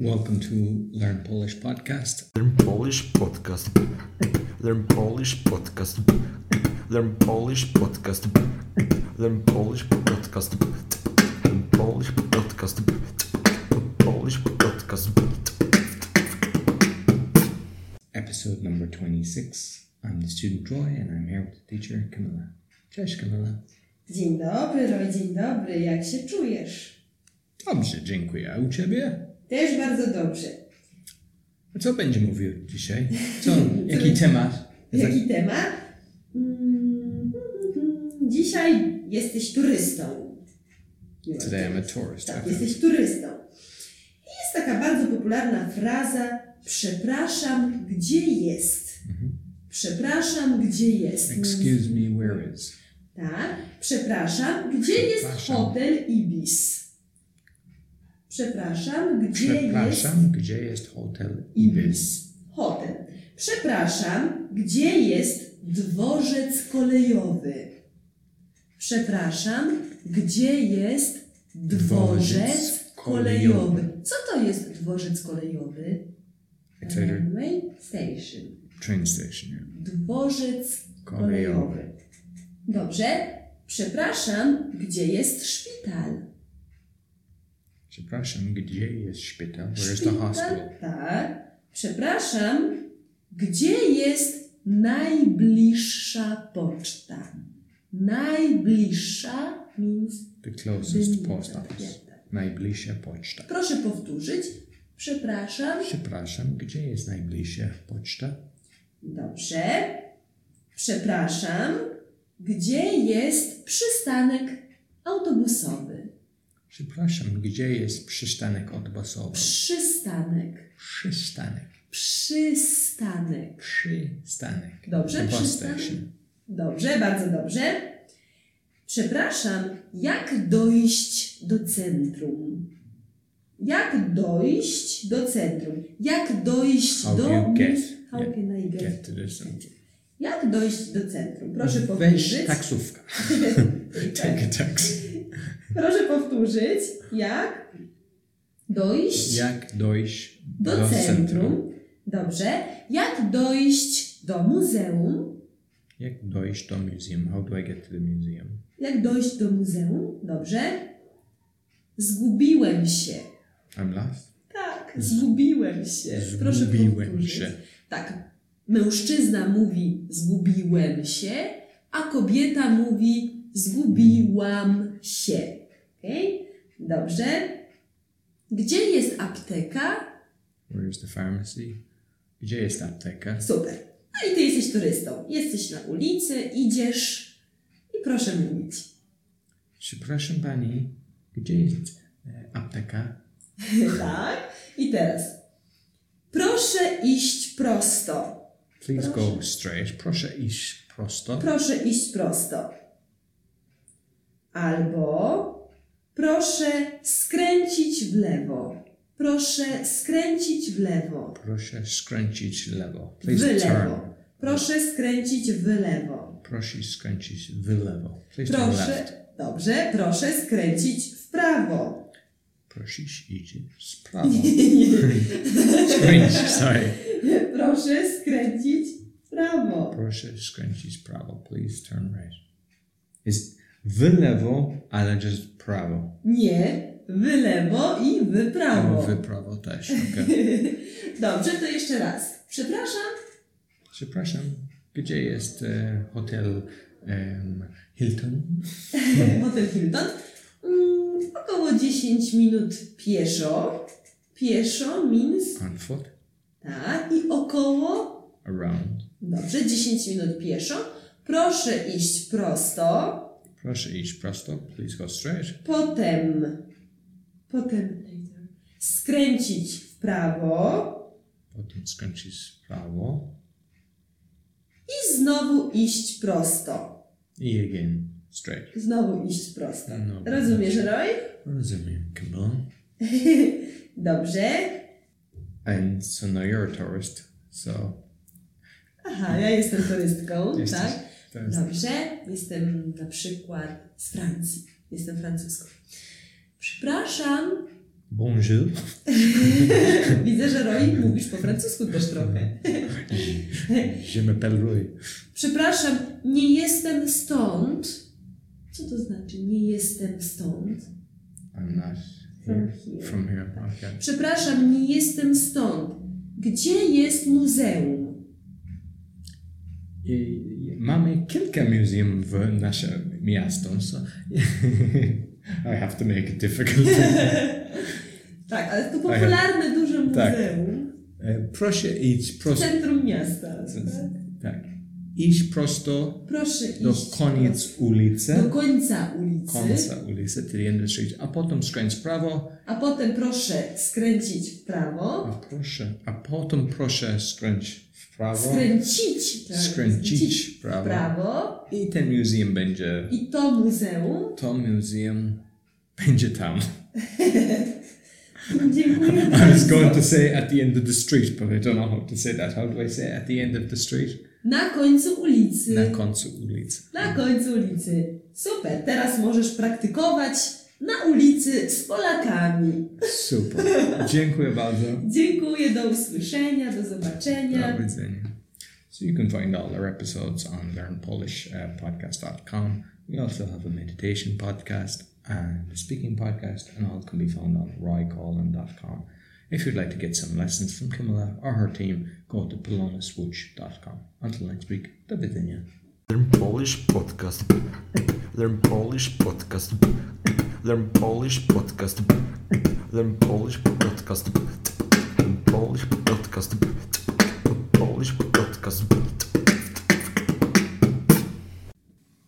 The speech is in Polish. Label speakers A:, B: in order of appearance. A: Welcome to Learn Polish Podcast.
B: Learn Polish podcast. Learn Polish podcast. Learn Polish podcast. Learn Polish podcast. Learn Polish podcast. Learn Polish podcast.
A: Episode number 26. I'm the student Troy and I'm here with the teacher Camilla. Cześć Camilla.
C: Dzień dobry, Roy, dzień dobry. Jak się czujesz?
A: Dobrze, dziękuję. A u Ciebie?
C: Też bardzo dobrze.
A: Co będzie mówił dzisiaj? Co? Jaki temat?
C: Jaki temat? Mm, Dzisiaj jesteś turystą.
A: Today I'm a tourist.
C: Tak,
A: Okay.
C: jesteś turystą. I jest taka bardzo popularna fraza przepraszam, gdzie jest. Przepraszam, gdzie jest.
A: Mhm. Mm. Excuse me, where is?
C: Tak, przepraszam, gdzie jest
A: Przepraszam.
C: hotel Ibis? Przepraszam, gdzie jest
A: Przepraszam, gdzie jest hotel Ibis?
C: Hotel. Przepraszam, gdzie jest dworzec kolejowy? Przepraszam, gdzie jest
A: Dworzec
C: dworzec
A: kolejowy.
C: kolejowy? Co to jest dworzec kolejowy?
A: It's a
C: Railway station.
A: train station. yeah.
C: Dworzec
A: Kolejowy.
C: kolejowy. Dobrze. Przepraszam, gdzie jest szpital?
A: Przepraszam, gdzie jest szpital? Where is the hospital?
C: Tak. Przepraszam, gdzie jest najbliższa poczta? Najbliższa means
A: The closest
C: bym-
A: post office. Najbliższa poczta.
C: Proszę powtórzyć. Przepraszam.
A: Przepraszam, gdzie jest najbliższa poczta?
C: Dobrze. Przepraszam, gdzie jest przystanek autobusowy?
A: Przepraszam, gdzie jest przystanek autobusowy?
C: Przystanek.
A: Przystanek.
C: Przystanek.
A: Przystanek.
C: Dobrze,
A: The bus
C: przystanek.
A: station.
C: Dobrze, bardzo dobrze. Przepraszam, jak dojść do centrum? Jak dojść do centrum? Jak dojść
A: How
C: do.
A: you get?
C: How
A: Yeah,
C: can I get?
A: Get to the center.
C: Jak dojść do centrum? Proszę
A: Weź tak-
C: powtórzyć. Tak.
A: taksówkę. Take a taxi.
C: Proszę powtórzyć. Jak dojść
A: tak. Jak dojść
C: do, centrum? Dobrze. Jak dojść do muzeum?
A: Jak dojść do muzeum? How do I get to the museum?
C: Jak dojść do muzeum? Dobrze. Zgubiłem się.
A: I'm lost.
C: Tak, zgubiłem się. Proszę
A: Zgubiłem
C: powtórzyć.
A: się.
C: Tak. Mężczyzna mówi zgubiłem się, a kobieta mówi zgubiłam się. Okej? Dobrze. Gdzie jest apteka?
A: Where is the pharmacy? Gdzie jest apteka?
C: Super. No i ty jesteś turystą. Jesteś na ulicy, idziesz i proszę mówić.
A: Przepraszam pani, gdzie jest e, apteka?
C: tak? I teraz. Proszę iść prosto.
A: Please go
C: Proszę.
A: straight. Proszę iść prosto.
C: Proszę iść prosto. Albo proszę skręcić w lewo. Proszę skręcić w lewo.
A: Proszę skręcić w lewo.
C: W
A: Please turn.
C: lewo. Proszę skręcić w lewo.
A: Proszę skręcić w lewo. Please turn
C: Proszę.
A: left.
C: Dobrze, proszę skręcić w prawo.
A: Proszę iść z prawo. Skręć, sorry.
C: proszę skręcić w prawo.
A: Proszę skręcić w prawo. Please turn right. Jest w lewo, ale just prawo.
C: Nie, w lewo i w prawo.
A: Albo w prawo też. Okay.
C: Dobrze, to jeszcze raz. Przepraszam.
A: Przepraszam, gdzie jest e, hotel em, Hilton?
C: Hotel Hilton. Mm, około 10 minut pieszo. Pieszo means
A: On foot?
C: tak i około
A: Around.
C: dobrze 10 minut pieszo. Proszę iść prosto.
A: Proszę iść prosto. Please go straight.
C: Potem potem later, skręcić w prawo
A: Potem skręcić w prawo.
C: i znowu iść prosto.
A: I again straight.
C: Znowu iść prosto.
A: No.
C: Rozumiesz, Roy?
A: Rozumiem, Camilla.
C: Dobrze.
A: And so now you're a tourist, so
C: Aha, ja jestem turystką,
A: jesteś-
C: tak?
A: to jest
C: Dobrze, jestem na przykład z Francji. Jestem francuską. Przepraszam,
A: Bonjour.
C: Widzę, że Roy mówisz po francusku też trochę.
A: Je m'appelle Roy.
C: Przepraszam, nie jestem stąd. Co to znaczy nie jestem stąd?
A: I'm not
C: From
A: here.
C: here.
A: From here, okay.
C: Przepraszam, nie jestem stąd. Gdzie jest muzeum?
A: I, i, mamy kilka muzeum w naszym miastu, so I have to make it difficult. E,
C: Tak, ale to popularne duże
A: Tak.
C: muzeum
A: E, Proszę idź
C: w
A: prosto.
C: centrum miasta.
A: Z- z-
C: tak?
A: Tak. Idź prosto
C: Proszę iść
A: do koniec ulicy.
C: do końca ulicy,
A: końca ulicy, till ende street, a potem skręć w prawo,
C: a potem proszę skręcić w prawo.
A: a proszę, a potem proszę skręć w prawo,
C: Skręcić, tak,
A: skręcić w
C: w
A: prawo.
C: prawo.
A: I ten muzeum będzie,
C: I to muzeum.
A: to muzeum będzie tam.
C: Dziękuję
A: I was
C: bardzo.
A: going to say at the end of the street, but I don't know how to say that. How do I say at the end of the street?
C: Na końcu ulicy.
A: Na końcu ulicy.
C: Na końcu ulicy. Super, teraz możesz praktykować na ulicy z Polakami.
A: Super. Dziękuję bardzo.
C: Dziękuję, do usłyszenia, do zobaczenia.
A: Do widzenia. So you can find all our episodes on learnpolishpodcast.com. We also have a meditation podcast and a speaking podcast, and all can be found on roycolan.com. If you'd like to get some lessons from Camilla or her team, go to polonaswooch.com. Until next week, do widzenia.
B: Learn Polish podcast. Learn Polish podcast. Learn Polish podcast. Learn Polish podcast. Learn Polish podcast. Learn Polish podcast.